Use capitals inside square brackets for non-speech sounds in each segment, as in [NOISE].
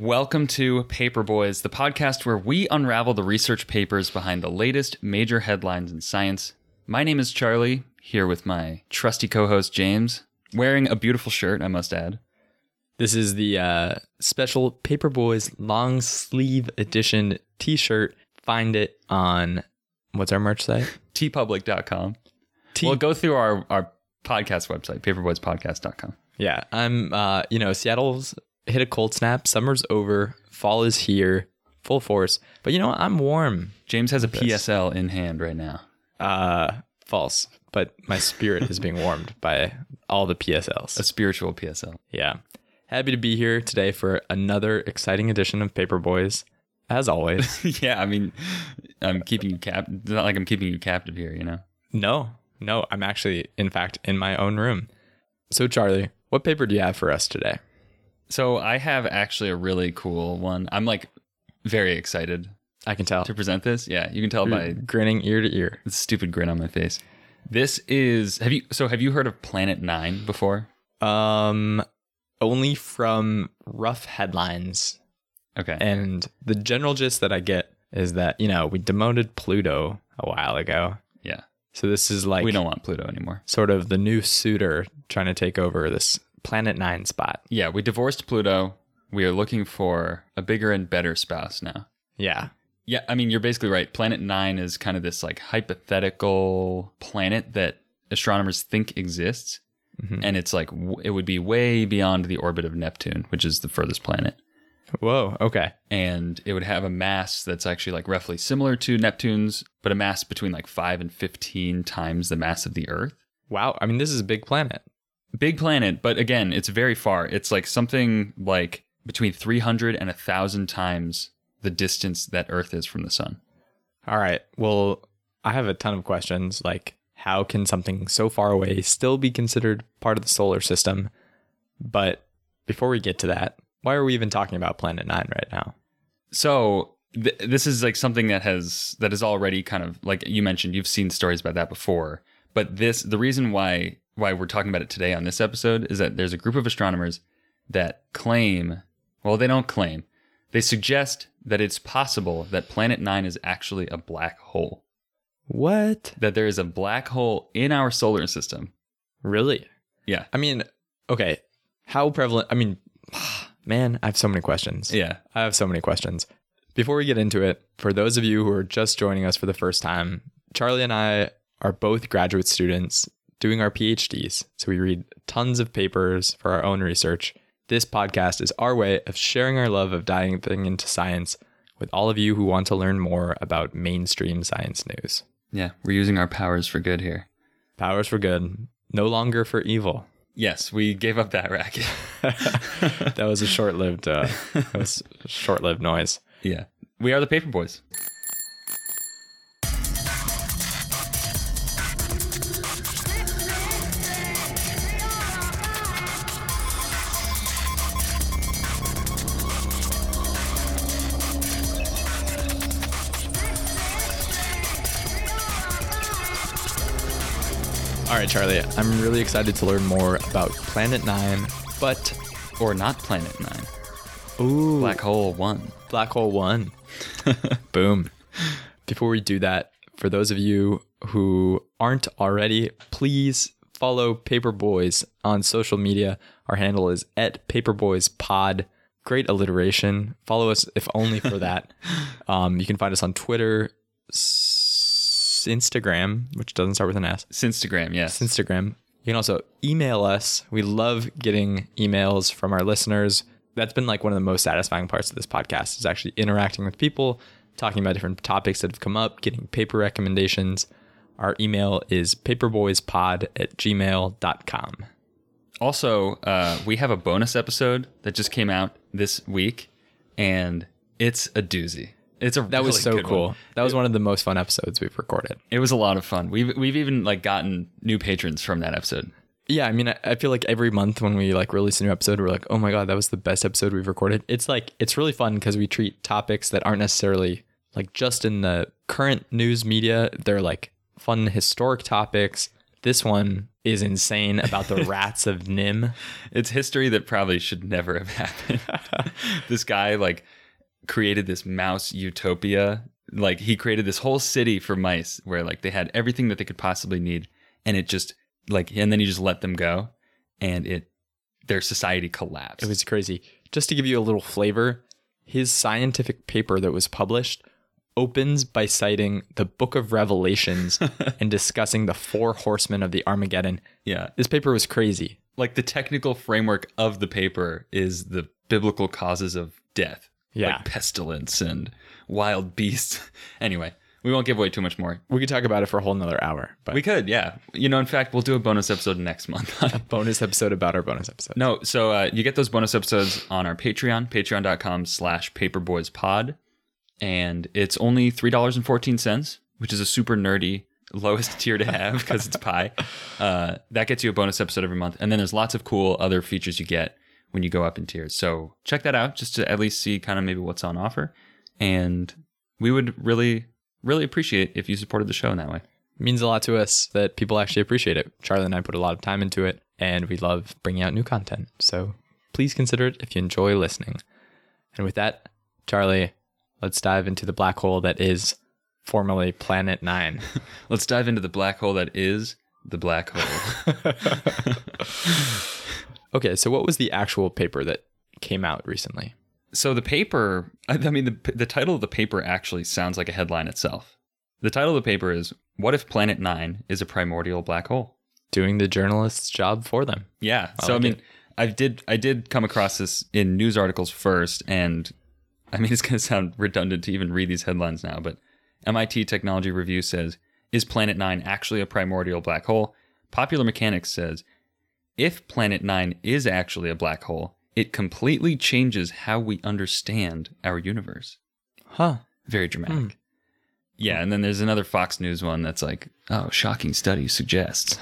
Welcome to Paper Boys, the podcast where we unravel the research papers behind the latest major headlines in science. My name is Charlie, here with my trusty co host James, wearing a beautiful shirt, I must add. This is the uh, special Paperboys long sleeve edition t shirt. Find it on what's our merch site? tpublic.com. T- Well, go through our, our podcast website, paperboyspodcast.com. yeah, I'm, uh, you know, Seattle's hit a cold snap. Summer's over. Fall is here, full force. But you know what? I'm warm. James has a PSL in hand right now. Uh, false. But my spirit is being warmed by all the PSLs. A spiritual PSL. Yeah. Happy to be here today for another exciting edition of Paper Boys. As [LAUGHS] always. yeah, I mean, I'm keeping you cap. It's not like I'm keeping you captive here, you know. no, no, I'm actually, in fact, in my own room. So, Charlie, what paper do you have for us today? So I have actually a really cool one. I'm like very excited I can tell. to present this. Yeah, you can tell by Grinning ear to ear. the stupid grin on my face. This is have you so have you heard of Planet 9 before? Um, only from rough headlines. Okay. And the general gist that I get is that, you know, we demoted Pluto a while ago. yeah. So, this is like we don't want Pluto anymore. sort of the new suitor trying to take over this Planet Nine spot. Yeah, we divorced Pluto. We are looking for a bigger and better spouse now. Yeah. Yeah, I mean, you're basically right. Planet Nine is kind of this like hypothetical planet that astronomers think exists. Mhm. And it's like, w- it would be way beyond the orbit of Neptune, which is the furthest planet. Whoa. Okay. And it would have a mass that's actually like roughly similar to Neptune's, but a mass between like five and 15 times the mass of the Earth. Wow. I mean, this is a big planet. Big planet, but again, it's very far. It's like something like between 300 and 1,000 times the distance that Earth is from the sun. All right. Well, I have a ton of questions. Like, how can something so far away still be considered part of the solar system? But before we get to that, why are we even talking about Planet Nine right now? So th- this is like something that has that is already kind of like you mentioned. You've seen stories about that before, but this the reason why why we're talking about it today on this episode is that there's a group of astronomers that claim, well, they don't claim, they suggest that it's possible that Planet Nine is actually a black hole. What? That there is a black hole in our solar system. Really? Yeah, I mean, okay. How prevalent? I mean, [SIGHS] man, I have so many questions. yeah. I have so many questions. Before we get into it, for those of you who are just joining us for the first time, Charlie and I are both graduate students doing our PhDs. So we read tons of papers for our own research. This podcast is our way of sharing our love of diving into science with all of you who want to learn more about mainstream science news. Yeah, we're using our powers for good here. Powers for good, no longer for evil. Yes, we gave up that racket. [LAUGHS] That was a short-lived, uh, that was a short-lived noise. Yeah. We are the paper boys. All right, Charlie, I'm really excited to learn more about Planet Nine, but Or not Planet Nine. ooh, Black Hole One. Black Hole One. Boom. Before we do that, for those of you who aren't already, please follow Paperboys on social media. Our handle is at PaperboysPod. Great alliteration. Follow us if only for that. um, you can find us on Twitter, s- Instagram, which doesn't start with an S. Sinstagram, yes. Instagram. You can also email us. We love getting emails from our listeners. That's been like one of the most satisfying parts of this podcast is actually interacting with people, talking about different topics that have come up, getting paper recommendations. Our email is paperboyspod at gmail.com. also, uh, we have a bonus episode that just came out this week, and it's a doozy. It's a That was so cool. That was one of the most fun episodes we've recorded. It was a lot of fun. We've we've even like gotten new patrons from that episode. Yeah, I mean, I, I feel like every month when we like release a new episode, we're like, oh my god, that was the best episode we've recorded. It's like it's really fun because we treat topics that aren't necessarily like just in the current news media. They're like fun historic topics, This one is insane about the rats of Nim. It's history that probably should never have [LAUGHS] happened. this guy like created this mouse utopia. Like he created this whole city for mice where like they had everything that they could possibly need and it just like and then he just let them go and it their society collapsed. It was crazy. Just to give you a little flavor, his scientific paper that was published opens by citing the Book of Revelations and discussing the four horsemen of the Armageddon. yeah. This paper was crazy. Like the technical framework of the paper is the biblical causes of death. Yeah. Like pestilence and wild beasts. [LAUGHS] anyway, we won't give away too much more. We could talk about it for a whole another hour, but We could, yeah. You know, in fact, we'll do a bonus episode next month. [LAUGHS] bonus episode about our bonus episode. no, so uh, you get those bonus episodes on our Patreon, patreon.com slash paperboyspod. And it's only $3.14, which is a super nerdy [LAUGHS] lowest tier to have because it's pie. Uh, that gets you a bonus episode every month. And then there's lots of cool other features you get when you go up in tiers. So check that out just to at least see kind of maybe what's on offer. And we would really, really appreciate if you supported the show in that way. It means a lot to us that people actually appreciate it. Charlie and I put a lot of time into it, and we love bringing out new content. So please consider it if you enjoy listening. And with that, Charlie, let's dive into the black hole that is formerly Planet Nine. Let's dive into the black hole that is the black hole. okay, so what was the actual paper that came out recently? so the paper, I I mean, the, the title of the paper actually sounds like a headline itself. The title of the paper is What If Planet Nine is a Primordial Black Hole? Doing the journalist's job for them. Yeah. so like I mean, I did I did come across this in news articles first, and I mean [LAUGHS] it's going to sound redundant to even read these headlines now, but MIT Technology Review says is Planet Nine actually a primordial black hole? Popular Mechanics says if Planet Nine is actually a black hole, it completely changes how we understand our universe. Huh. Very dramatic. Yeah, and then there's another Fox News one that's like, oh, shocking study suggests.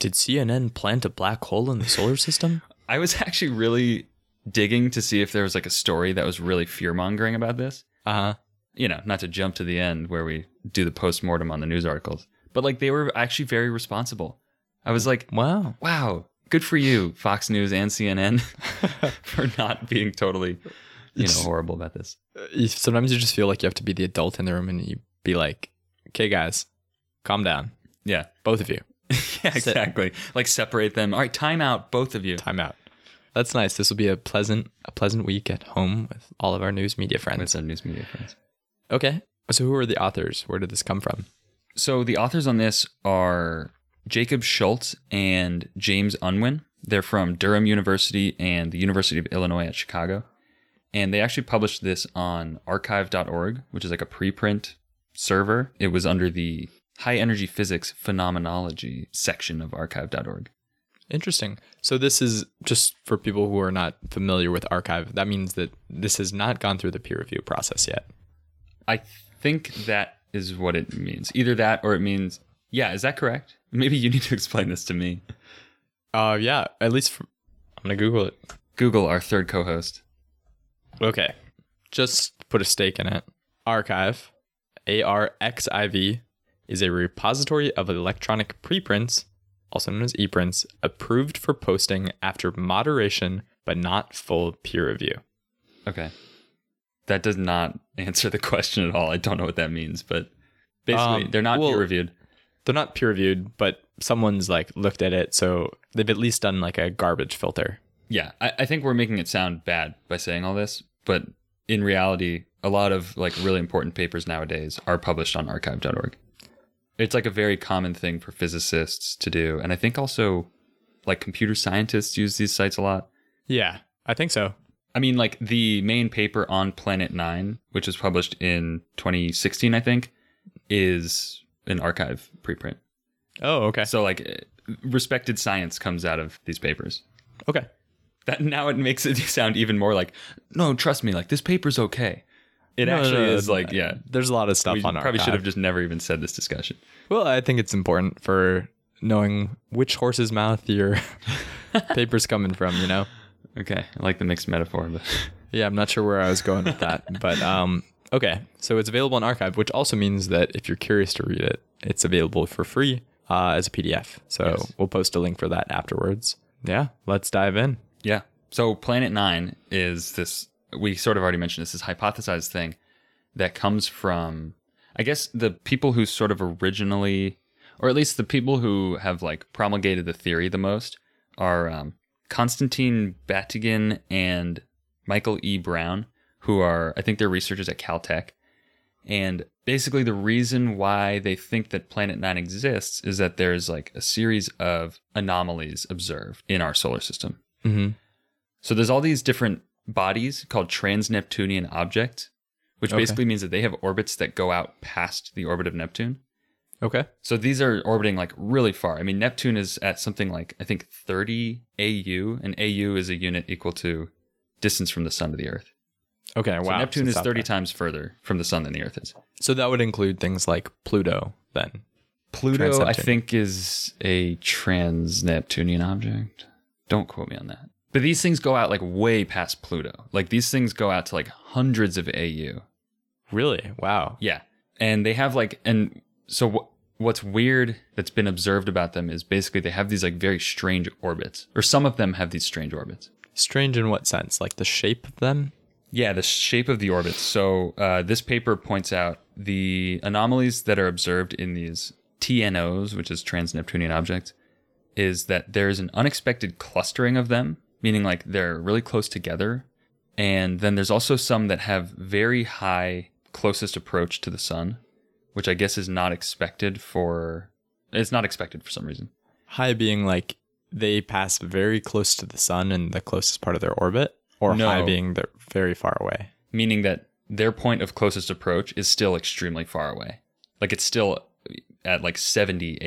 Did CNN plant a black hole in the solar system? I was [LAUGHS] actually really digging to see if there was like a story that was really fear mongering about this. Uh huh. You know, not to jump to the end where we do the post mortem on the news articles, but like they were actually very responsible. I was like, Wow. wow, good for you, Fox News and CNN, [LAUGHS] for not being totally, you know, It's- horrible about this. Uh, you- sometimes you just feel like you have to be the adult in the room and you be like, okay, guys, calm down. Yeah. [LAUGHS] Both of you, Yeah, exactly. Like separate them. All right, time out, both of you. time out. That's nice. This will be a pleasant, a pleasant week at home with all of our news media With friends. our news media friends. Okay. So who are the authors? Where did this come from? So the authors on this are Jacob Schultz and James Unwin. They're from Durham University and the University of Illinois at Chicago. And they actually published this on archive.org, which is like a preprint server. It was under the high energy physics phenomenology section of archive.org. Interesting. So this is just for people who are not familiar with archive. That means that this has not gone through the peer review process yet. I think that is what it means. Either that or it means, yeah, is that correct? Maybe you need to [LAUGHS] explain this to me. Uh, yeah. At least for, I'm gonna Google it. Google, our third co host. Okay. Just put a stake in it. Archive, A R X I V, is a repository of electronic preprints, also known as eprints, approved for posting after moderation but not full peer review. Okay. That does not [LAUGHS] answer the question at all. I don't know what that means, but basically, Um, they're not well- peer reviewed. They're not peer reviewed, but someone's like looked at it, so they've at least done like a garbage filter. Yeah, I, I think we're making it sound bad by saying all this, but in reality, a lot of like really important papers nowadays are published on archive.org. It's like a very common thing for physicists to do. And I think also like computer scientists use these sites a lot. Yeah, I think so. I mean, like the main paper on Planet Nine, which was published in 2016, I think, is an archive preprint. Oh, okay. So like eh, respected science comes out of these papers. Okay. That now it makes it sound even more like no, trust me, like this paper's okay. It actually is like yeah. There's a lot of stuff We on probably archive. should have just never even said this discussion. Well, I think it's important for knowing which horse's [LAUGHS] mouth your paper's coming from, you know? Okay, I like the mixed metaphor, but Yeah, I'm not sure where I was going with [LAUGHS] that. But um, okay, so it's available in archive, which also means that if you're curious to read it, it's available for free uh, as a PDF. So Yes. we'll post a link for that afterwards. Yeah, let's dive in. Yeah. So Planet Nine is this, we sort of already mentioned this, this hypothesized thing that comes from, I guess, the people who sort of originally, or at least the people who have like promulgated the theory the most are um, Constantine Batygin and Michael E. Brown, who are, I think they're researchers at Caltech. And basically, the reason why they think that Planet Nine exists is that there's like a series of anomalies observed in our solar system. Mm-hmm. So there's all these different bodies called trans-Neptunian objects, which Okay. basically means that they have orbits that go out past the orbit of Neptune. Okay. So these are orbiting like really far. I mean, Neptune is at something like I think 30 AU, and AU is a unit equal to distance from the sun to the Earth. Okay. So wow. Neptune So is South 30 Park. times further from the sun than the Earth is. So that would include things like Pluto then. Pluto, I Trans-Neptunian. think, is a trans-Neptunian object. Don't quote me on that. But these things go out like way past Pluto. Like these things go out to like hundreds of AU. Really? Wow. Yeah. And they have like, and so wh- what's weird that's been observed about them is basically they have these like very strange orbits, or some of them have these strange orbits. Strange in what sense? Like the shape of them? Yeah, the shape of the orbits. So uh, this paper points out the anomalies that are observed in these TNOs, which is trans Neptunian objects, is that there is an unexpected clustering of them, meaning like they're really close together. And then there's also some that have very high closest approach to the sun, which I guess is not expected for. It's not expected for some reason. High being like they pass very close to the sun in the closest part of their orbit, or No. high being they're very far away. meaning that their point of closest approach is still extremely far away. Like it's still at like 70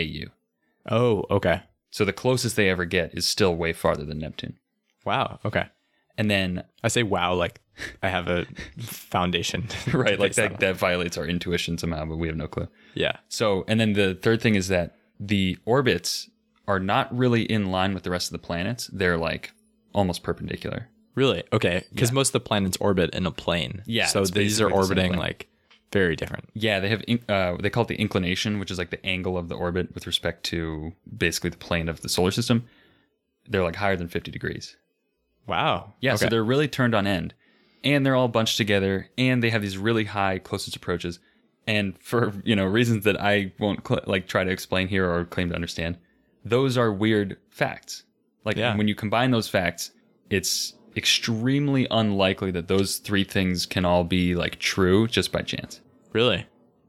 AU. Oh, okay. So the closest they ever get is still way farther than Neptune. Wow. Okay. And then, I say wow like I have a foundation. [LAUGHS] [LAUGHS] to right, like base that, on. that violates our intuition somehow, but we have no clue. Yeah. So, and then the third thing is that the orbits are not really in line with the rest of the planets. They're like almost perpendicular. Really? Okay. Because most of the planets orbit in a plane. Yeah, So it's these are basically the same orbiting plane. like very different. Yeah, they have, in- uh, they call it the inclination, which is like the angle of the orbit with respect to basically the plane of the solar system. They're like higher than 50 degrees. Wow. Yeah, so Okay. they're really turned on end. And they're all bunched together and they have these really high closest approaches. And for, you know, reasons that I won't cl- like try to explain here or claim to understand, those are weird facts. Like Yeah. when you combine those facts, it's extremely unlikely that those three things can all be like true just by chance. really.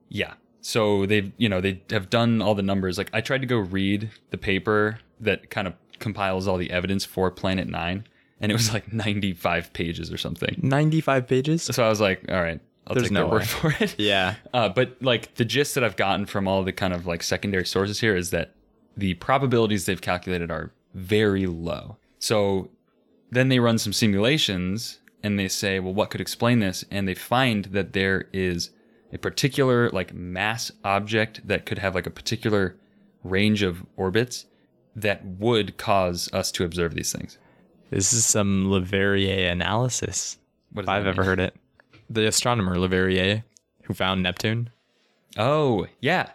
Yeah. So they've, you know, they have done all the numbers. Like I tried to go read the paper that kind of compiles all the evidence for Planet Nine, and it was like 95 pages or something. 95 pages? So I was like, all right, I'll There's take no their way. word for [LAUGHS] it. Yeah. Uh, but like the gist that I've gotten from all the kind of like secondary sources here is that the probabilities they've calculated are very low. So then they run some simulations and they say, well, what could explain this? And they find that there is a particular like mass object that could have like a particular range of orbits that would cause us to observe these things. This is some Leverrier analysis. What does If that I've ever mean? heard it. The astronomer Leverrier, who found Neptune, Oh, yeah.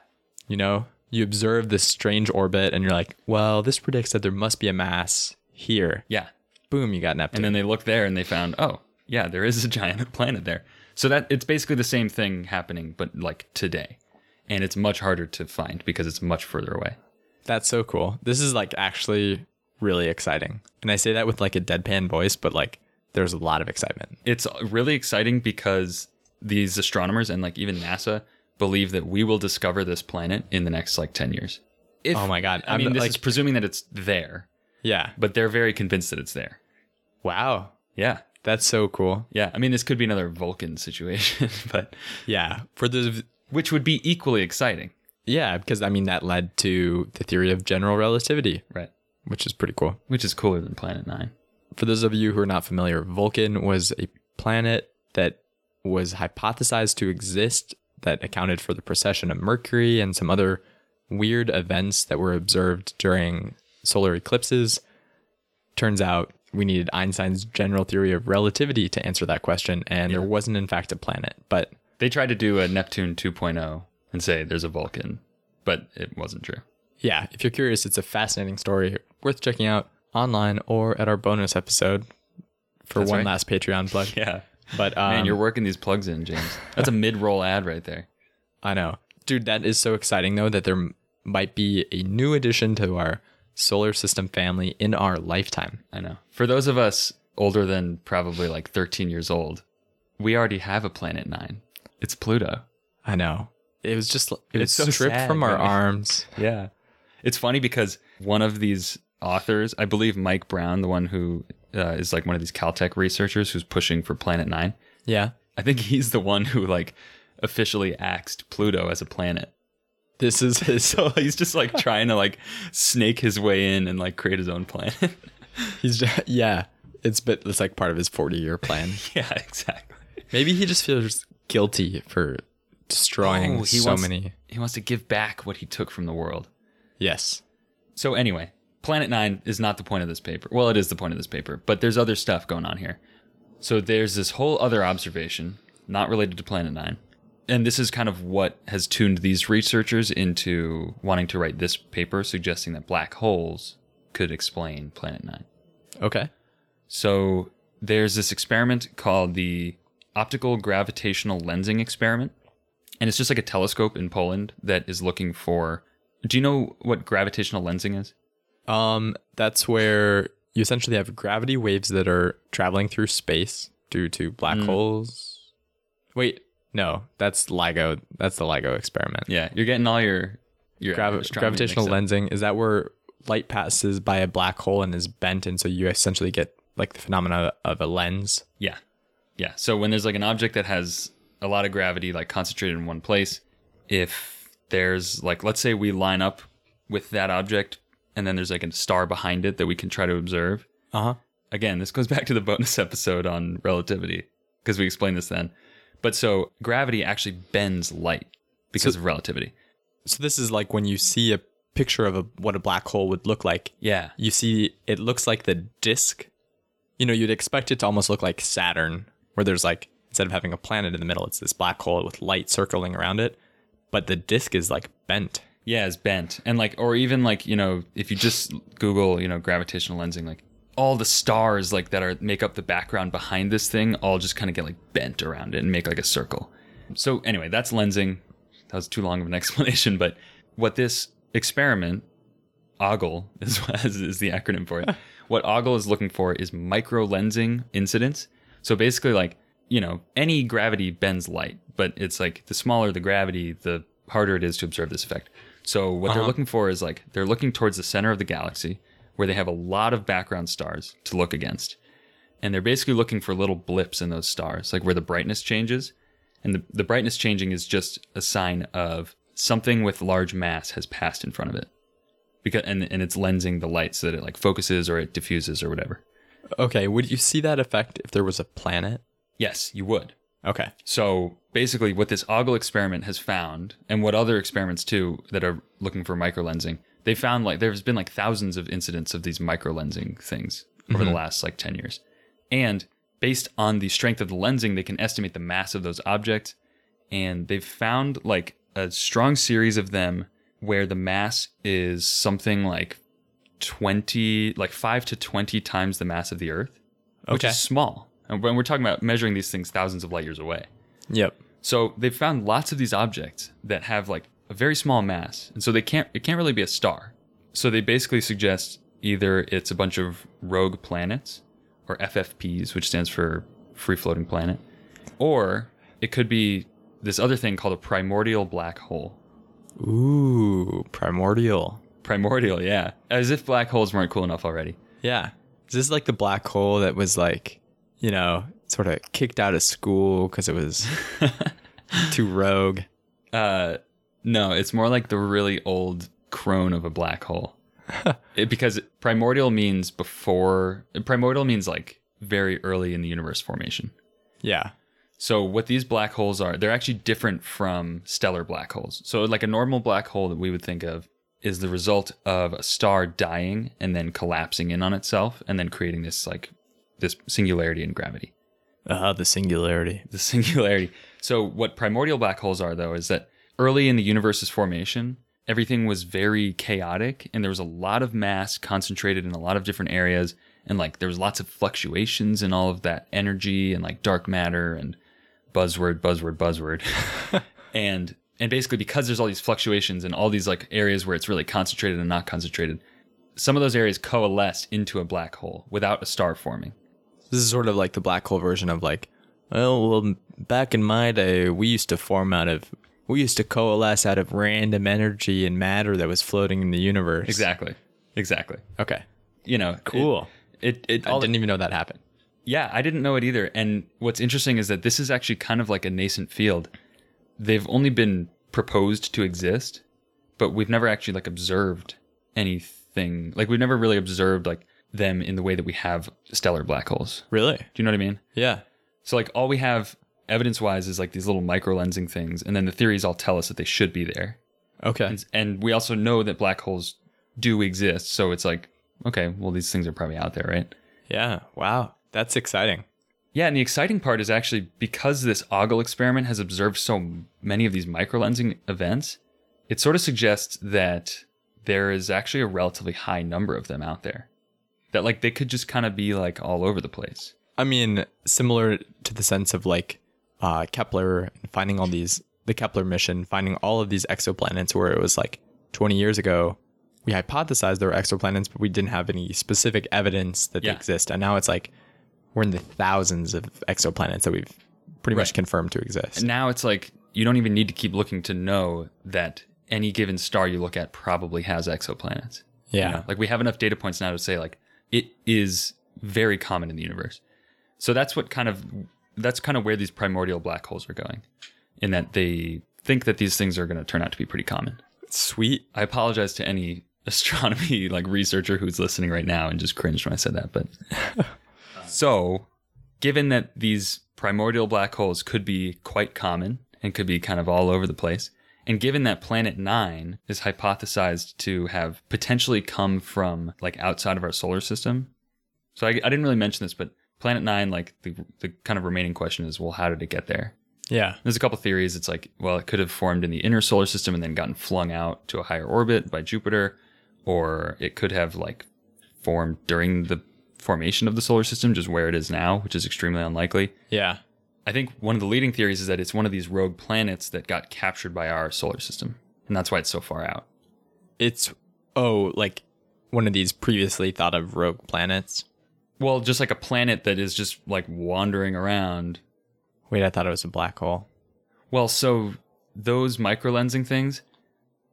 you know, you observe this strange orbit and you're like, well, this predicts that there must be a mass here. Yeah. Boom, you got Neptune. and then they looked there and they found oh yeah there is a giant [LAUGHS] planet there so that it's basically the same thing happening but like today and it's much harder to find because it's much further away That's so cool. This is like actually really exciting. And I say that with like a deadpan voice, but like there's a lot of excitement. it's really exciting because these astronomers and like even nasa believe that we will discover this planet in the next like 10 years if, Oh my god. i mean I'm, this like is presuming that it's there yeah. but they're very convinced that it's there Wow. yeah That's so cool. yeah i mean this could be another vulcan [LAUGHS] situation but Yeah. For the which would be equally exciting yeah, because I mean that led to the theory of general relativity, right which is pretty cool. which is cooler than planet 9 For those of you who are not familiar, Vulcan was a planet that was hypothesized to exist that accounted for the precession of Mercury and some other weird events that were observed during solar eclipses. Turns out we needed Einstein's general theory of relativity to answer that question, and there wasn't, in fact, a planet. But oh They tried to do a Neptune 2.0 and say there's a Vulcan, but it wasn't true. yeah, if you're curious, it's a fascinating story worth checking out online or at our bonus episode for That's one right. last Patreon plug. [LAUGHS] Yeah. But um, Man, you're working these plugs in, James. That's a mid-roll ad right there. I know. Dude, that is so exciting though that there m- might be a new addition to our solar system family in our lifetime. I know. For those of us older than probably like 13 years old, we already have a planet 9. It's Pluto. I know. It was just l- it was It's so stripped sad, from our right? arms. Yeah. It's funny because one of these authors, I believe Mike Brown, the one who uh, is like one of these Caltech researchers who's pushing for Planet Nine, Yeah. I think he's the one who like officially axed Pluto as a planet. This is [LAUGHS] his So he's just like trying to like snake his way in and like create his own planet. he's just, yeah. It's but it's like part of his 40 [LAUGHS] year plan. [LAUGHS] yeah, exactly. Maybe he just feels guilty for destroying Oh, he so wants- many. He wants to give back what he took from the world. Yes. So anyway, Planet Nine is not the point of this paper. Well, it is the point of this paper, but there's other stuff going on here. So there's this whole other observation, not related to Planet Nine. And this is kind of what has tuned these researchers into wanting to write this paper, suggesting that black holes could explain Planet Nine. Okay. So there's this experiment called the optical gravitational lensing experiment. And it's just like a telescope in Poland that is looking for. Do you know what gravitational lensing is? Um, that's where you essentially have gravity waves that are traveling through space due to Hmm. black holes. Wait, no, that's LIGO. That's the LIGO experiment. Yeah, you're getting all your your Gravi- astronomy gravitational mixed up. lensing is that where light passes by a black hole and is bent, and so you essentially get like the phenomena of a lens. Yeah, yeah. So when there's like an object that has a lot of gravity, like concentrated in one place, if there's like, let's say we line up with that object, and then there's like a star behind it that we can try to observe. Uh huh. Again, this goes [LAUGHS] back to the bonus episode on relativity because we explained this then. But so gravity actually bends light because of relativity. So this is like when you see a picture of a, what a black hole would look like. Yeah, You see, it looks like the disk. You know, you'd expect it to almost look like Saturn, where there's like instead of having a planet in the middle, it's this black hole with light circling around it, but the disk is like bent. Yeah, it's bent. And like or even like, you know, if you just Google, you know, gravitational lensing, like all the stars like that are make up the background behind this thing all just kind of get like bent around it and make like a circle. So anyway, that's lensing. That was too long of an [LAUGHS] explanation, but what this experiment, OGLE [LAUGHS] is, is the acronym for it. what OGLE is looking for is micro lensing incidence. So basically, like, you know, any gravity bends light, but it's like the smaller the gravity, the harder it is to observe this effect. So what they're looking for is like they're looking towards the center of the galaxy where they have a lot of background stars to look against. And they're basically looking for little blips in those stars, like where the brightness changes. And the, the brightness changing is just a sign of something with large mass has passed in front of it. Because and, and it's lensing the light so that it like focuses or it diffuses or whatever. Okay, would you see that effect if there was a planet? Yes, you would. Okay. So basically, what this ogle experiment has found, and what other experiments too that are looking for microlensing, they found like there's been like thousands of incidents of these microlensing things over the last like 10 years. And based on the strength of the lensing, they can estimate the mass of those objects. And they've found like a strong series of them where the mass is something like 20, like five to 20 times the mass of the Earth, which Okay. is small. And when we're talking about measuring these things thousands of light years away. Yep. So they've found lots of these objects that have like a very small mass, and so they can't it can't really be a star. So they basically suggest either it's a bunch of rogue planets or FFPs, which stands for free floating planet, or it could be this other thing called a primordial black hole. Ooh, primordial. Primordial, yeah. As if black holes weren't cool enough already. Yeah. Is this like the black hole that was like, you know, sort of kicked out of school because it [LAUGHS] was too rogue? Uh, no, it's more like the really old crone of a black hole. it, because primordial means before, primordial means like very early in the universe formation. Yeah. So what these black holes are, they're actually different from stellar black holes. So like a normal black hole that we would think of is the result of a star dying and then collapsing in on itself and then creating this like this singularity in gravity Uh, the singularity. [LAUGHS] the singularity. So what primordial black holes are though is that early in the universe's formation, everything was very chaotic and there was a lot of mass concentrated in a lot of different areas and like there was lots of fluctuations in all of that energy and like dark matter and buzzword buzzword buzzword [LAUGHS] and and basically because there's all these fluctuations and all these like areas where it's really concentrated and not concentrated some of those areas coalesce into a black hole without a star forming This is sort of like the black hole version of like, well, well, back in my day, we used to form out of, we used to coalesce out of random energy and matter that was floating in the universe. exactly exactly Okay. you know it- Cool. it it, I all didn't even know that happened. Yeah, I didn't know it either. And what's interesting is that this is actually kind of like a nascent field. They've only been proposed to exist, but we've never actually like observed anything. Like we've never really observed like them in the way that we have stellar black holes. Really? Do you know what I mean? Yeah. So like all we have evidence-wise is like these little microlensing things, and then the theories all tell us that they should be there. Okay. And, and we also know that black holes do exist, so it's like okay, well these things are probably out there, right? Yeah. Wow. That's exciting. Yeah, and the exciting part is actually because this Ogle experiment has observed so many of these microlensing events, it sort of suggests that there is actually a relatively high number of them out there. That like they could just kind of be like all over the place. I mean, similar to the sense of like uh, Kepler finding all these, the Kepler mission, finding all of these exoplanets where it was like 20 years ago, we hypothesized there were exoplanets, but we didn't have any specific evidence that Yeah. they exist. And now it's like we're in the thousands of exoplanets that we've pretty much Right. confirmed to exist. And now it's like you don't even need to keep looking to know that any given star you look at probably has exoplanets. yeah. You know, like we have enough data points now to say like it is very common in the universe. So that's what kind of that's kind of where these primordial black holes are going, in that they think that these things are going to turn out to be pretty common. Sweet. I apologize to any [LAUGHS] astronomy like researcher who's listening right now and just cringed when I said that, but so given that these primordial black holes could be quite common and could be kind of all over the place, and given that planet 9 is hypothesized to have potentially come from like outside of our solar system. So I, I didn't really mention this, but planet 9 like the the kind of remaining question is well how did it get there? Yeah. There's a couple theories. It's like, well, it could have formed in the inner solar system and then gotten flung out to a higher orbit by Jupiter, or it could have like formed during the formation of the solar system, just where it is now, which is extremely unlikely. Yeah. I think one of the leading theories is that it's one of these rogue planets that got captured by our solar system, and that's why it's so far out. It's, oh, like one of these previously thought of rogue planets. Well, just like a planet that is just like wandering around Wait, I thought it was a black hole. Well, so those microlensing things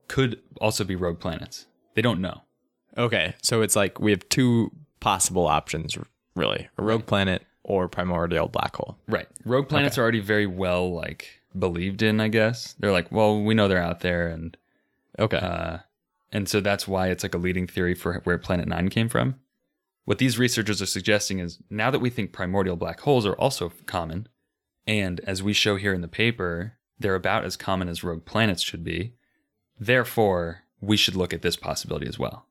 could also be rogue planets. They don't know. Okay, so it's like we have two possible options, r- really: a rogue planet or primordial black hole. Right. Rogue planets are already very well like believed in, I guess. They're like, well, we know they're out there and Okay, uh and so that's why it's like a leading theory for where planet 9 came from. What these researchers are suggesting is now that we think primordial black holes are also common and as we show here in the paper, they're about as common as rogue planets should be. Therefore, we should look at this possibility as well.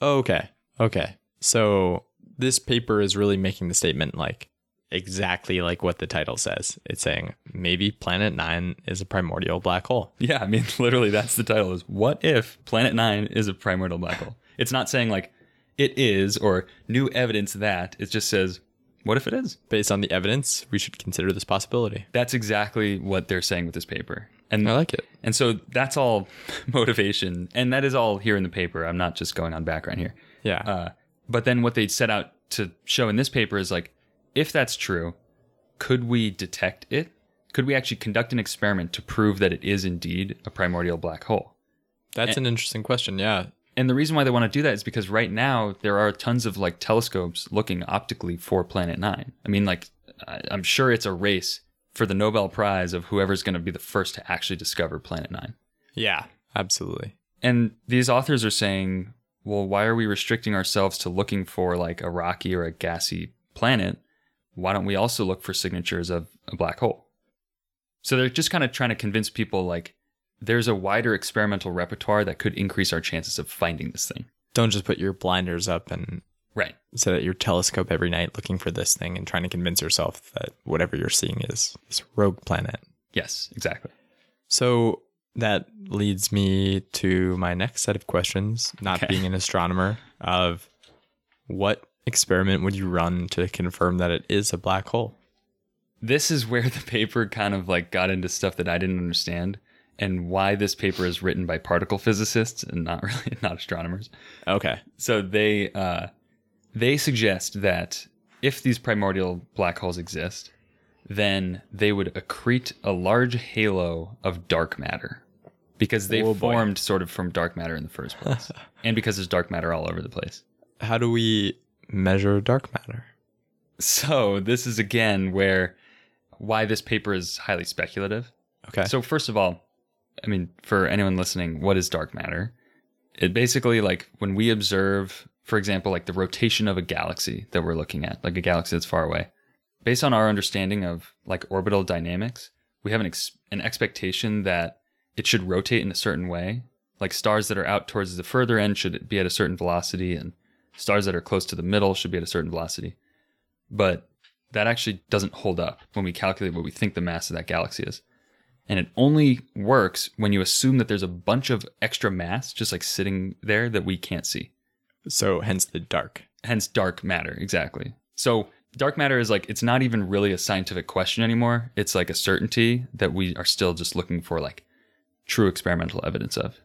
okay, okay. So this paper is really making the statement like exactly like what the title says. It's saying maybe Planet Nine is a primordial black hole. Yeah, I mean, [LAUGHS] literally, that's the title is What If Planet Nine is a Primordial Black [LAUGHS] Hole? It's not saying like it is or new evidence that. It just says, What if it is? Based on the evidence, we should consider this possibility. That's exactly what they're saying with this paper. And I like it. And so that's all [LAUGHS] motivation. And that is all here in the paper. I'm not just going on background here. Yeah, Uh, but then what they set out to show in this paper is like, if that's true, could we detect it? Could we actually conduct an experiment to prove that it is indeed a primordial black hole? that's an interesting question. Yeah, And the reason why they want to do that is because right now there are tons of like telescopes looking optically for Planet Nine. I mean, like, I- I'm sure it's a race for the Nobel Prize of whoever's going to be the first to actually discover Planet Nine. yeah, absolutely. And these authors are saying, well, why are we restricting ourselves to looking for like a rocky or a gassy planet? Why don't we also look for signatures of a black hole? So they're just kind of trying to convince people like there's a wider experimental repertoire that could increase our chances of finding this thing. Don't just put your blinders up and Right. sit at your telescope every night looking for this thing and trying to convince yourself that whatever you're seeing is this rogue planet. Yes, exactly. So that leads me to my next set of questions, not Okay. being an astronomer, of what experiment would you run to confirm that it is a black hole? this is where [LAUGHS] the paper kind of like got into stuff that I didn't understand and why this paper is written by particle physicists and not [LAUGHS] really not astronomers. Okay. So they uh, they suggest that if these primordial black holes exist, then they would accrete a large halo of dark matter because they Oh, boy. formed sort of from dark matter in the first [LAUGHS] place, and because there's dark matter all over the place. How do we measure dark matter? So this is again where why this paper is highly speculative. Okay. So first of all, I mean, for anyone listening, what is dark matter? It basically like when we observe, for example, like the rotation of a galaxy that we're looking at, like a galaxy that's far away. Based on our understanding of like orbital dynamics, we have an ex- an expectation that it should rotate in a certain way. Like stars that are out towards the further end should be at a certain velocity, and stars that are close to the middle should be at a certain velocity. But that actually doesn't hold up when we calculate what we think the mass of that galaxy is and it only works when you assume that there's a bunch of extra mass just like sitting there that we can't see so hence the dark. hence dark matter exactly so dark matter is like it's not even really a scientific question anymore it's like a certainty that we are still just looking for like true experimental evidence of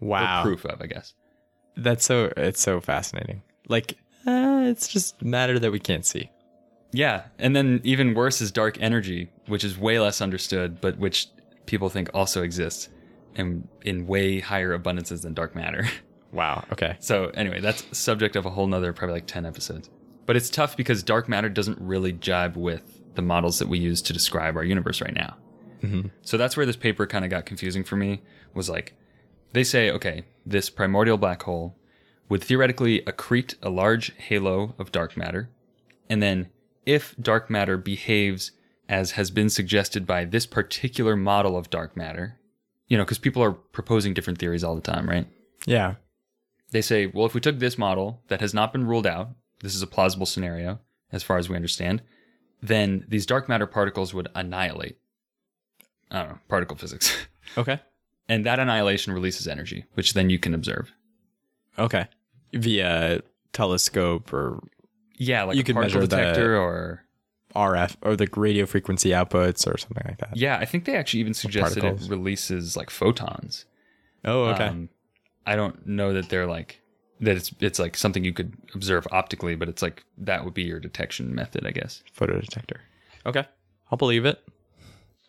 or Wow. proof of i guess That's so it's so fascinating. Like uh, it's just matter that we can't see. yeah and then even worse is dark energy which is way less understood but which people think also exists and in way higher abundances than dark matter [LAUGHS] Wow. Okay. So anyway, that's subject of a whole nother probably like ten episodes. But it's tough because dark matter doesn't really jibe with the models that we use to describe our universe right now. Mhm. So that's where this paper kind of got confusing for me. Was like, they say, okay, this primordial black hole would theoretically accrete a large halo of dark matter, and then if dark matter behaves as has been suggested by this particular model of dark matter, you know, because people are proposing different theories all the time, right? Yeah. they say, well, if we took this model that has not been ruled out, this is a plausible scenario as far as we understand, then these dark matter particles would annihilate. I don't know, particle physics. [LAUGHS] Okay. and that annihilation releases energy, which then you can observe. Okay. Via telescope or Yeah, like You a can particle measure the- detector or RF or the radio frequency outputs or something like that. Yeah, I think they actually even suggested it particles. releases like photons. Oh, okay. Um, I don't know that they're like that it's it's like something you could observe optically, but it's like that would be your detection method, I guess. Photo detector. Okay. I'll believe it.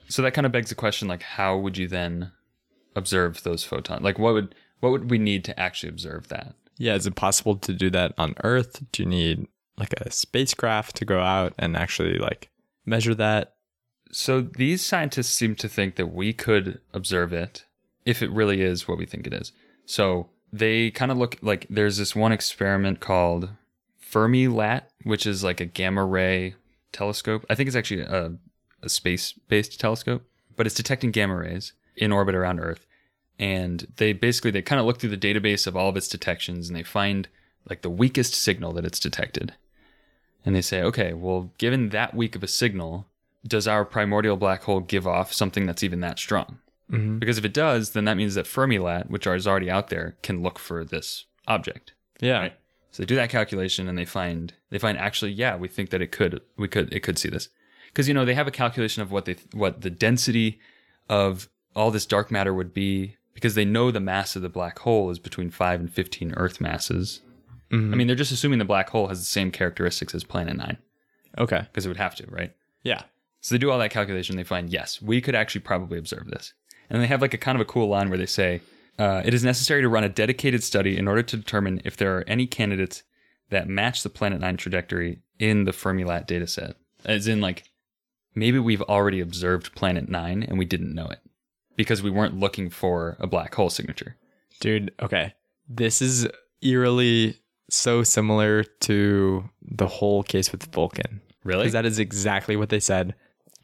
so that kind of begs the question like how would you then observe those photons like what would what would we need to actually observe that Yeah, is it possible to do that on Earth? Do you need like a spacecraft to go out and actually like measure that? so these scientists seem to think that we could observe it if it really is what we think it is so they kind of look like there's this one experiment called fermi lat which is like a gamma ray telescope i think it's actually a, a space based telescope but it's detecting gamma rays in orbit around earth and they basically they kind of look through the database of all of its detections and they find like the weakest signal that it's detected and they say okay well given that weak of a signal does our primordial black hole give off something that's even that strong Mm-hmm. because if it does then that means that fermilat which is already out there can look for this object Yeah. Right. so they do that calculation and they find they find actually yeah we think that it could we could it could see this because you know they have a calculation of what they what the density of all this dark matter would be because they know the mass of the black hole is between 5 and 15 earth masses i mean they're just assuming the black hole has the same characteristics as planet 9 Okay. because it would have to right Yeah. so they do all that calculation. They find yes, we could actually probably observe this. And they have like a kind of a cool line where they say, uh, "It is necessary to run a dedicated study in order to determine if there are any candidates that match the Planet Nine trajectory in the Fermilat dataset." As in, like maybe we've already observed Planet Nine and we didn't know it because we weren't looking for a black hole signature. Dude, okay. This is eerily so similar to the whole case with Vulcan. Really? Because that is exactly what they said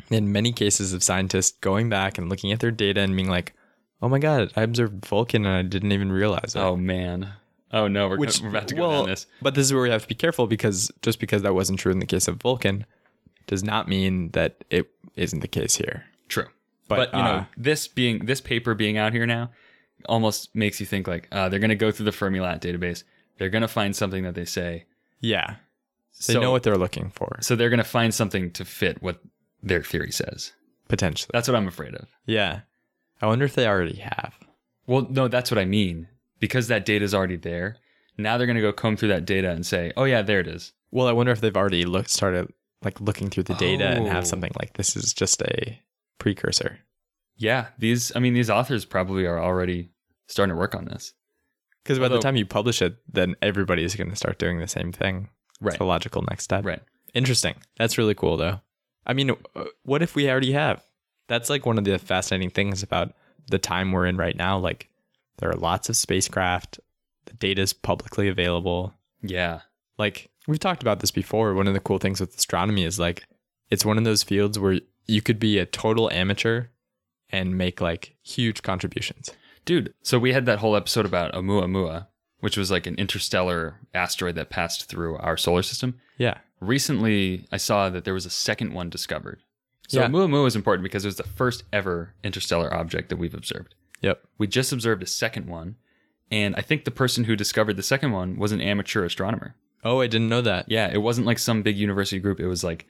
in many cases of scientists going back and looking at their data and being like, oh my God, I observed Vulcan and I didn't even realize it. oh man. Oh no, we're, we're about to go well, down this. But this is where we have to be careful because just because that wasn't true in the case of Vulcan does not mean that it isn't the case here. True. But, you uh, know, this being this paper being out here now almost makes you think like uh, they're going to go through the Fermilat database. They're going to find something that they say. yeah, they so, know what they're looking for so they're going to find something to fit what their theory says. potentially. That's what I'm afraid of. Yeah, I wonder if they already have. Well, no, that's what I mean. Because that data is already there. Now they're going to go comb through that data and say, "Oh yeah, there it is." Well, I wonder if they've already looked started like looking through the data and Oh. have something like this is just a precursor. Yeah, these I mean these authors probably are already starting to work on this. Because by Although- the time you publish it, then everybody is going to start doing the same thing. It's Right. the logical next step. Right. Interesting. That's really cool, though. I mean, uh, what if we already have? That's like one of the fascinating things about the time we're in right now. Like, there are lots of spacecraft, the data is publicly available. Yeah. Like, we've talked about this before. One of the cool things with astronomy is like, it's one of those fields where you could be a total amateur and make like huge contributions. Dude, so we had that whole episode about Oumuamua, which was like an interstellar asteroid that passed through our solar system. Yeah. Recently, I saw that there was a second one discovered. So Yeah. Oumuamua is important because it was the first ever interstellar object that we've observed. Yep. We just observed a second one, and I think the person who discovered the second one was an amateur astronomer. Oh, I didn't know that. Yeah, it wasn't like some big university group. It was like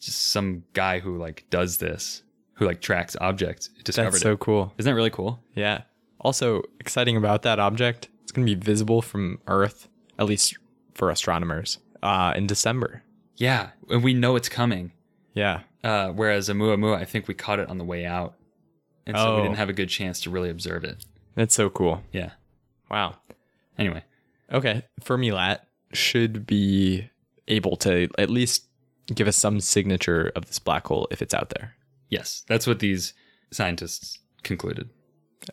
just some guy who like does this, who like tracks objects. Discovered That's so it. cool. Isn't that really cool? Yeah. Also, exciting about that object, it's going to be visible from Earth, at least for astronomers, uh, in December. Yeah, and we know it's coming. Yeah. Uh, whereas Oumuamua, I think we caught it on the way out, and so we Oh. didn't have a good chance to really observe it. That's so cool. Yeah. Wow. Anyway, Okay. Fermilat should be able to at least give us some signature of this black hole if it's out there. yes, that's what these scientists concluded.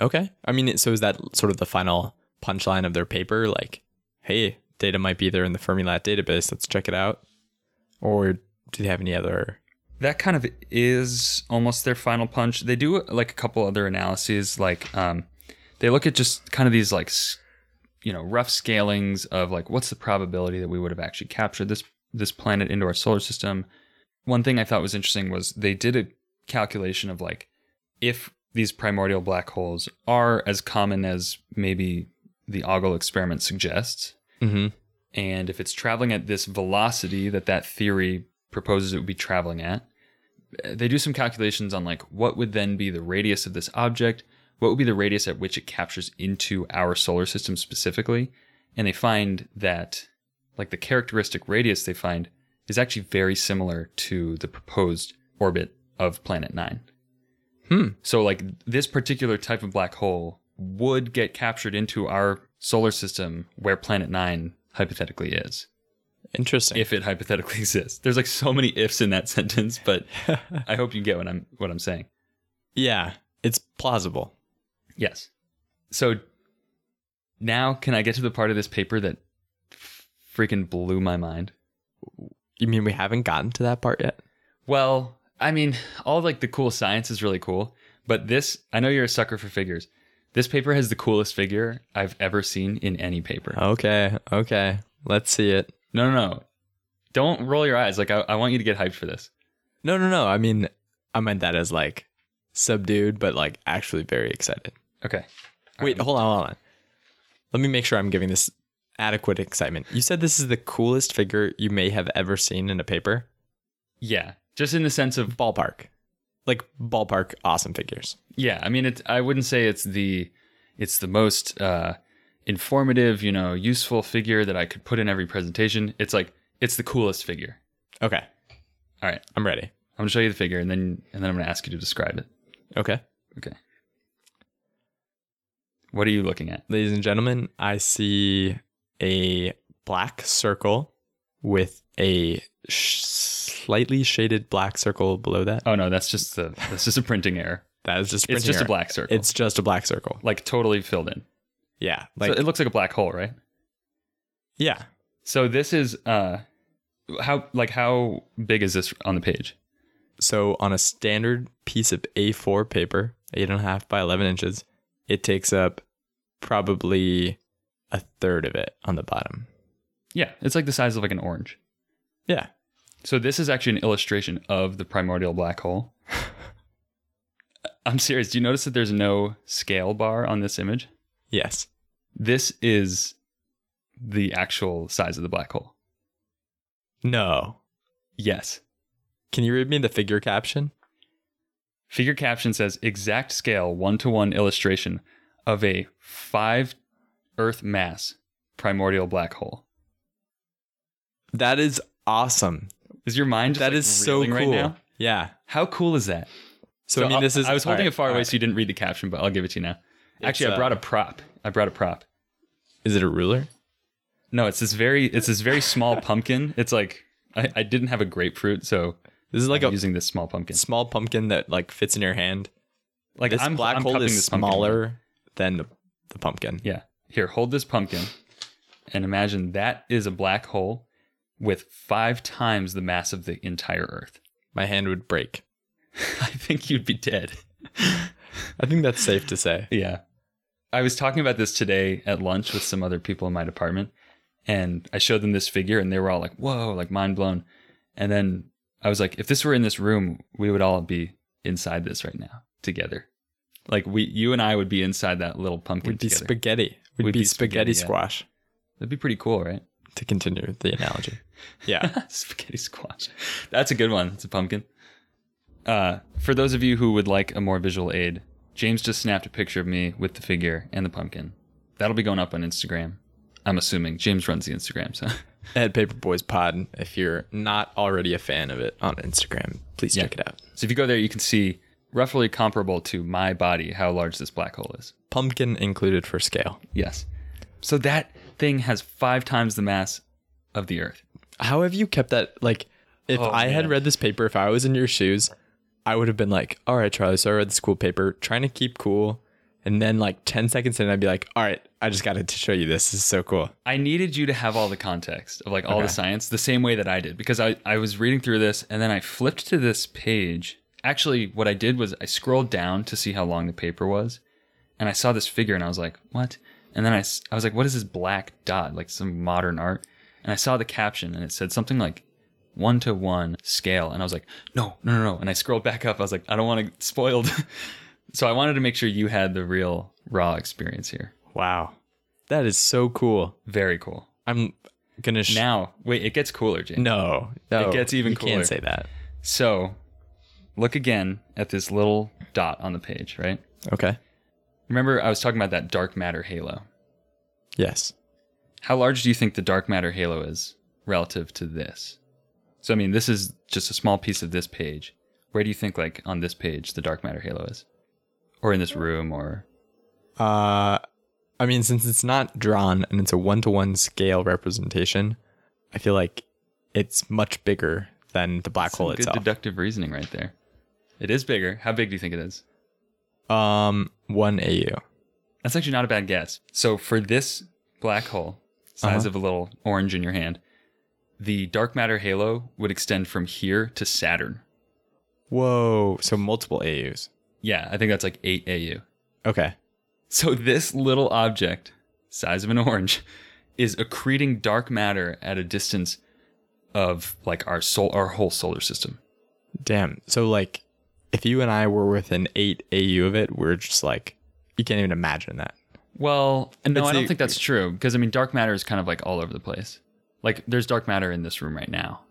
Okay. I mean, so is that sort of the final punchline of their paper? Like, hey, data might be there in the Fermilat database. Let's check it out. Or do they have any other? that kind of is almost their final punch. They do like a couple other analyses, like um, they look at just kind of these like s- you know rough scalings of like what's the probability that we would have actually captured this this planet into our solar system. One thing I thought was interesting was they did a calculation of like if these primordial black holes are as common as maybe the Ogle experiment suggests, Mm-hmm. and if it's traveling at this velocity that that theory proposes it would be traveling at uh, they do some calculations on like what would then be the radius of this object what would be the radius at which it captures into our solar system specifically and they find that like the characteristic radius they find is actually very similar to the proposed orbit of planet 9 Hmm. so like this particular type of black hole would get captured into our solar system where planet 9 hypothetically is [LAUGHS] Interesting. if it hypothetically exists there's like so many ifs in that [LAUGHS] sentence but i hope you get what i'm what i'm saying yeah, it's plausible. yes so now can i get to the part of this paper that freaking blew my mind You mean we haven't gotten to that part yet? Well, I mean, all like the cool science is really cool, but this I know you're a sucker for figures. This paper has the coolest figure I've ever seen in any paper. Oh. Okay, okay. Let's see it. No, no, no. Don't roll your eyes. Like I, I want you to get hyped for this. No, no, no. I mean, I meant that as like subdued, but like actually very excited. Okay. Wait, hold on, hold on. Let me make sure I'm giving this adequate excitement. You said this is the coolest figure you may have ever seen in a paper? Yeah. Just in the sense of Ballpark. Like ballpark awesome figures. yeah, I mean it's I wouldn't say it's the it's the most uh informative, you know, useful figure that I could put in every presentation. It's like it's the coolest figure. Okay, All right. I'm ready. I'm going to show you the figure and then and then I'm going to ask you to describe it. Okay. Okay. What are you looking at? ladies and gentlemen, I see a black circle with a sh- slightly shaded black circle below that. Oh no, that's just the that's just a printing error. That is just It's [LAUGHS] printing just a error. black circle. It's just a black circle. like totally filled in. Yeah, like so it looks like a black hole, right? yeah. So this is uh how like how big is this on the page? So on a standard piece of A4 paper, eight and a half by eleven inches, it takes up probably a third of it on the bottom. Yeah, it's like the size of like an orange. Yeah. So this is actually an illustration of the primordial black hole. I'm serious. Do you notice that there's no scale bar on this image? Yes. This is the actual size of the black hole. No. Yes. Can you read me the figure caption? Figure caption says exact scale one to one illustration of a five Earth mass primordial black hole. That is awesome. Is your mind just That like, is so reeling cool. right now? Yeah. How cool is that? So, I mean, I'll- this is. I was holding all it far right, away all so you didn't read the caption, but I'll give it to you now. It's, Actually, I uh, brought a prop. I brought a prop. right. Is it a ruler? No, it's this very it's this very [LAUGHS] small pumpkin. It's like I, I didn't have a grapefruit, so This is like like a I'm using this small pumpkin. small pumpkin that like fits in your hand. Like This I'm black I'm hole cupping is this pumpkin. smaller than the, the pumpkin. Yeah. Here, hold this pumpkin and imagine that is a black hole with five times the mass of the entire Earth. [LAUGHS] My hand would break. I think you'd be dead. [LAUGHS] I think that's safe to say. Yeah. I was talking about this today at lunch with some other people in my department, and I showed them this figure, and they were all like, whoa, like mind blown. And then I was like, if this were in this room, we would all be inside this right now together. Like we, you and I would be inside that little pumpkin We'd be together. spaghetti. We'd, We'd be, be spaghetti, spaghetti, yeah. squash. That'd be pretty cool, right? To continue [LAUGHS] the analogy. Yeah. spaghetti squash. That's a good one. It's a pumpkin. Uh, for those of you who would like a more visual aid, James just snapped a picture of me with the figure and the pumpkin. That'll be going up on Instagram. I'm assuming James runs the Instagram, so [LAUGHS] at Paperboys Pod. If you're not already a fan of it on Instagram, please Yeah. check it out. so if you go there, you can see roughly comparable to my body how large this black hole is. Pumpkin included for scale. Yes. So that thing has five times the mass of the Earth. How have you kept that? Like, if Oh, I had man. read this paper, if I was in your shoes, I would have been like, all right, Charlie, so I read this cool paper, trying to keep cool. And then, like, 10 seconds in, I'd be like, all right, I just got to show you this. This is so cool. I needed you to have all the context of like all Okay. the science the same way that I did because I, I was reading through this and then I flipped to this page. Actually, what I did was I scrolled down to see how long the paper was and I saw this figure and I was like, what? And then I, s- I was like, what is this black dot? Like some modern art. And I saw the caption and it said something like one to one scale. And I was like, no, no, no, no. And I scrolled back up. I was like, I don't want to spoiled. [LAUGHS] so I wanted to make sure you had the real raw experience here. Wow. That is so cool. Very cool. I'm going to. Sh- Now, wait, it gets cooler, James. no, no. It gets even you cooler. can't say that. So, look again at this little dot on the page, right? Okay. Remember, I was talking about that dark matter halo. Yes. How large do you think the dark matter halo is relative to this? So, I mean, this is just a small piece of this page. Where do you think, like, on this page, the dark matter halo is? Or in this room, or. Uh, I mean, since it's not drawn and it's a one to one scale representation, I feel like it's much bigger than the black hole Some good itself. deductive reasoning right there. It is bigger. How big do you think it is? um, one AU. That's actually not a bad guess. So for this black hole, size Uh-huh. of a little orange in your hand, the dark matter halo would extend from here to Saturn. Whoa! So multiple AUs. Yeah, I think that's like 8 AU. Okay. So this little object, size of an orange, is accreting dark matter at a distance of like our sol- our whole solar system. Damn. So like, if you and I were within eight AU of it, we're just like, you can't even imagine that. Well, no, It's I don't the- think that's true because I mean dark matter is kind of like all over the place. Like there's dark matter in this room right now.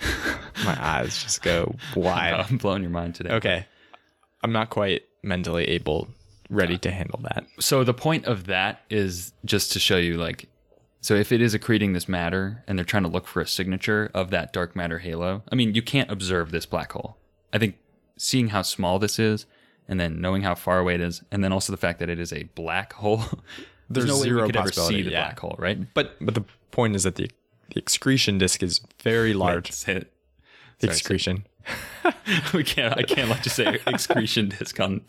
[LAUGHS] My [LAUGHS] eyes just go wide. I'm blowing your mind today. Okay. I'm not quite mentally able, ready to handle that. so the point of that is just to show you like so if it is accreting this matter and they're trying to look for a signature of that dark matter halo i mean you can't observe this black hole i think seeing how small this is and then knowing how far away it is and then also the fact that it is a black hole [LAUGHS] There's zero we could ever possibility, see the yeah. black hole right But but the point is that the the excretion disc is very large. That's it. [LAUGHS] The sorry, excretion. [LAUGHS] we can't i can't let you say excretion disk on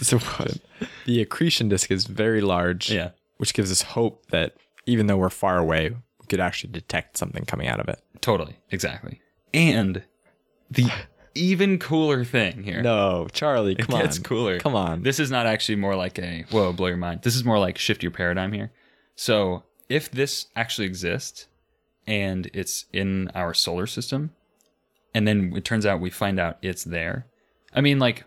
So what? The accretion disc is very large. yeah Which gives us hope that even though we're far away, we could actually detect something coming out of it. totally exactly and [LAUGHS] the even cooler thing here No, Charlie, come on. gets cooler. Come on. This is not actually more like a whoa, blow your mind. This is more like shift your paradigm here. So if this actually exists and it's in our solar system, and then it turns out we find out it's there, I mean, like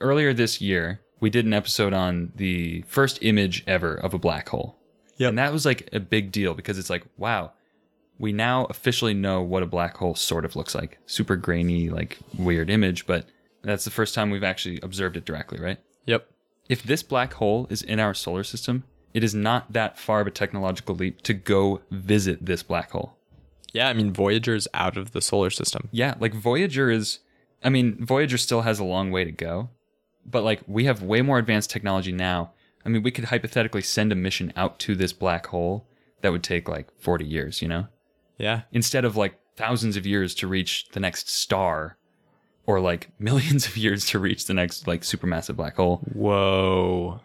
earlier this year, we did an episode on the first image ever of a black hole. Yep. And that was like a big deal because it's like, wow, we now officially know what a black hole sort of looks like. Super grainy, like weird image, but that's the first time we've actually observed it directly, right? Yep. If this black hole is in our solar system, it is not that far of a technological leap to go visit this black hole. Yeah, I mean Voyager's out of the solar system. Yeah, like Voyager is I mean, Voyager still has a long way to go, but like we have way more advanced technology now. I mean, we could hypothetically send a mission out to this black hole that would take like 40 years, you know? Yeah. Instead of like thousands of years to reach the next star or like [LAUGHS] millions of years to reach the next like supermassive black hole. Whoa.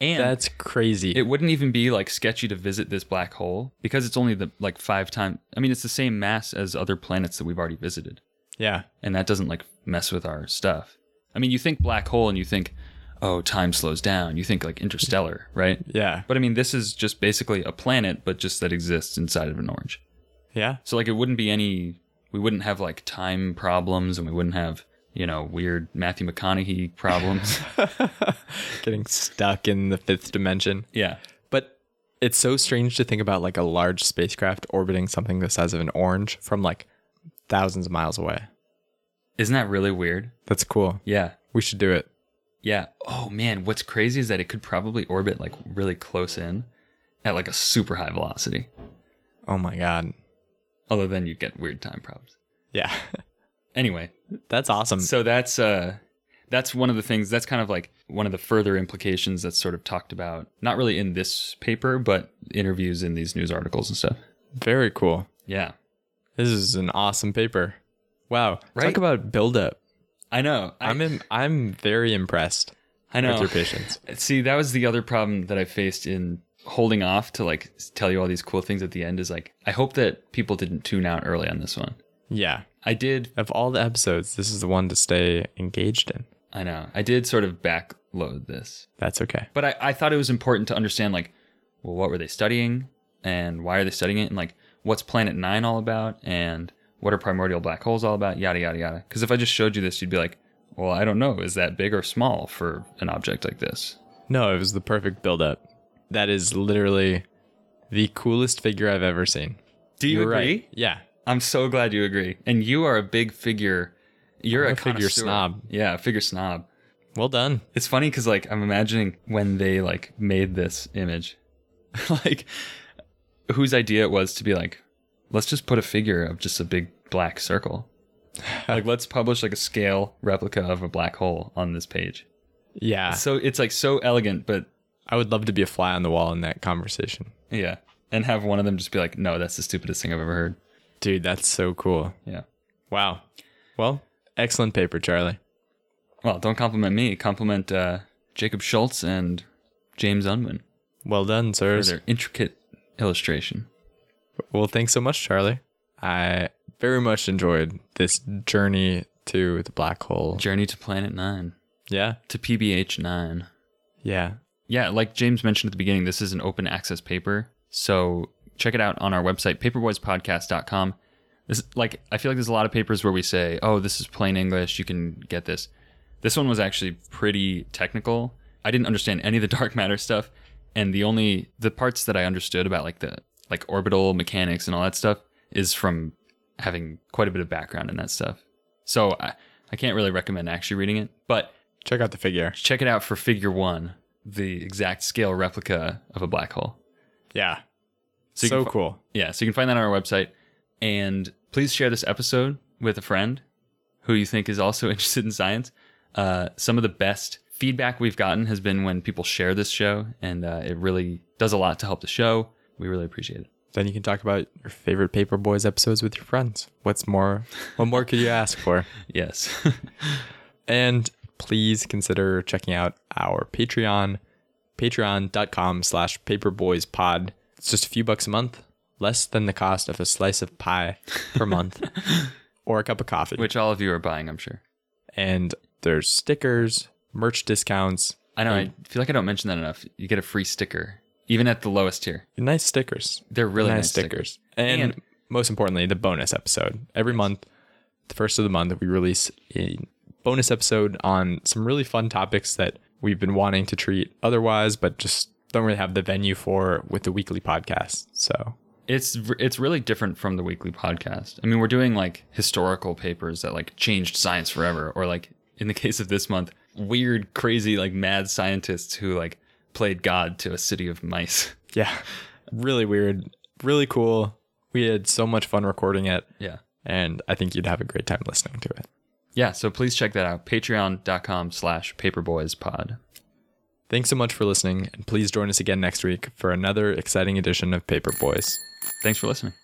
And That's crazy. it wouldn't even be like sketchy to visit this black hole because it's only the like 5 times I mean, it's the same mass as other planets that we've already visited. yeah. and that doesn't like mess with our stuff. I mean, you think black hole and you think, oh, time slows down. You think like interstellar, right? Yeah. But I mean, this is just basically a planet, but just that exists inside of an orange. Yeah. So like, it wouldn't be any. We wouldn't have like time problems, and we wouldn't have you know weird Matthew McConaughey problems. Getting stuck in the fifth dimension. yeah, But it's so strange to think about like a large spacecraft orbiting something the size of an orange from like thousands of miles away. isn't that really weird? That's cool. Yeah, We should do it. yeah. Oh man, what's crazy is that it could probably orbit like really close in, at like a super high velocity. Oh my god. Although then you'd get weird time problems. Yeah. [LAUGHS] Anyway, That's awesome. So that's uh that's one of the things that's kind of like one of the further implications that's sort of talked about not really in this paper but interviews in these news articles and stuff. Very cool. Yeah. This is an awesome paper. Wow. Right? Talk about buildup. I know. I, I'm in, I'm very impressed I know. with your patience. See, that was the other problem that I faced in holding off to like s- tell you all these cool things at the end is like I hope that people didn't tune out early on this one. Yeah. I did Of all the episodes, this is the one to stay engaged in. I know. I did sort of backload this. That's okay. but I, I thought it was important to understand like well what were they studying and why are they studying it and like what's planet 9 all about and what are primordial black holes all about yada yada yada because if i just showed you this you'd be like well i don't know is that big or small for an object like this No, it was the perfect buildup. That is literally the coolest figure I've ever seen. do you You're agree Right. Yeah. i'm so glad you agree and you are a big figure you're I'm a, a figure connoisseur. snob. yeah a figure snob Well done. It's funny because like I'm imagining when they like made this image, [LAUGHS] like whose idea it was to be like, let's just put a figure of just a big black circle. like let's publish like a scale replica of a black hole on this page. Yeah. So it's like so elegant, but I would love to be a fly on the wall in that conversation. yeah, and have one of them just be like, no, that's the stupidest thing I've ever heard. Dude, that's so cool. Yeah. Wow. Well, excellent paper, Charlie. Well, don't compliment me. Compliment uh, Jacob Schultz and James Unwin Well done, for sirs. their intricate illustration. Well, thanks so much, Charlie. I very much enjoyed this journey to the black hole. Journey to Planet Nine Yeah. to PBH Nine. Yeah. Yeah, like James mentioned at the beginning, this is an open access paper. So check it out on our website, paperboyspodcast.com. This like I feel like there's a lot of papers where we say, Oh, this is plain English, you can get this. This one was actually pretty technical. I didn't understand any of the [LAUGHS] dark matter stuff. And the only the parts that I understood about like the like orbital mechanics and all that stuff is from having quite a bit of background in that stuff. So I, I can't really recommend actually reading it, but Check out the figure. check it out for figure one, the exact scale replica of a black hole. Yeah. So So, you can fi- cool. Yeah, so you can find that on our website. And please share this episode with a friend who you think is also [LAUGHS] interested in science. Uh, some of the best feedback we've gotten has been when people share this show, and uh, it really does a lot to help the show. We really appreciate it. Then you can talk about your favorite Paper Boys episodes with your friends. What's more? What more could you ask [LAUGHS] for? Yes. And please consider checking out our Patreon, patreon.com slash paperboyspod. It's just a few bucks a month, less than the cost of a slice of pie per [LAUGHS] month or a cup of coffee. Which all of you are buying, I'm sure. and there's stickers, merch discounts, I know, I feel like I don't mention that enough. You get a free sticker, even at the lowest tier. nice stickers. They're really nice, nice, stickers. stickers. And, And- most importantly, the bonus episode. Every month, the first of the month, we release a bonus episode on some really fun topics that we've been wanting to treat otherwise, but just don't really have the venue for with the weekly podcast. So It's v- it's really different from the weekly podcast. I mean, we're doing like historical papers that like changed science forever, or like in the case of this month, weird, crazy, like mad scientists who like played God to a city of mice. [LAUGHS] yeah, [LAUGHS] really weird, really cool. We had so much fun recording it, Yeah. and I think you'd have a great time listening to it. Yeah, so please check that out. Patreon.com slash paperboyspod. Thanks so much for listening, and please join us again next week for another exciting edition of Paper Boys. Thanks for listening.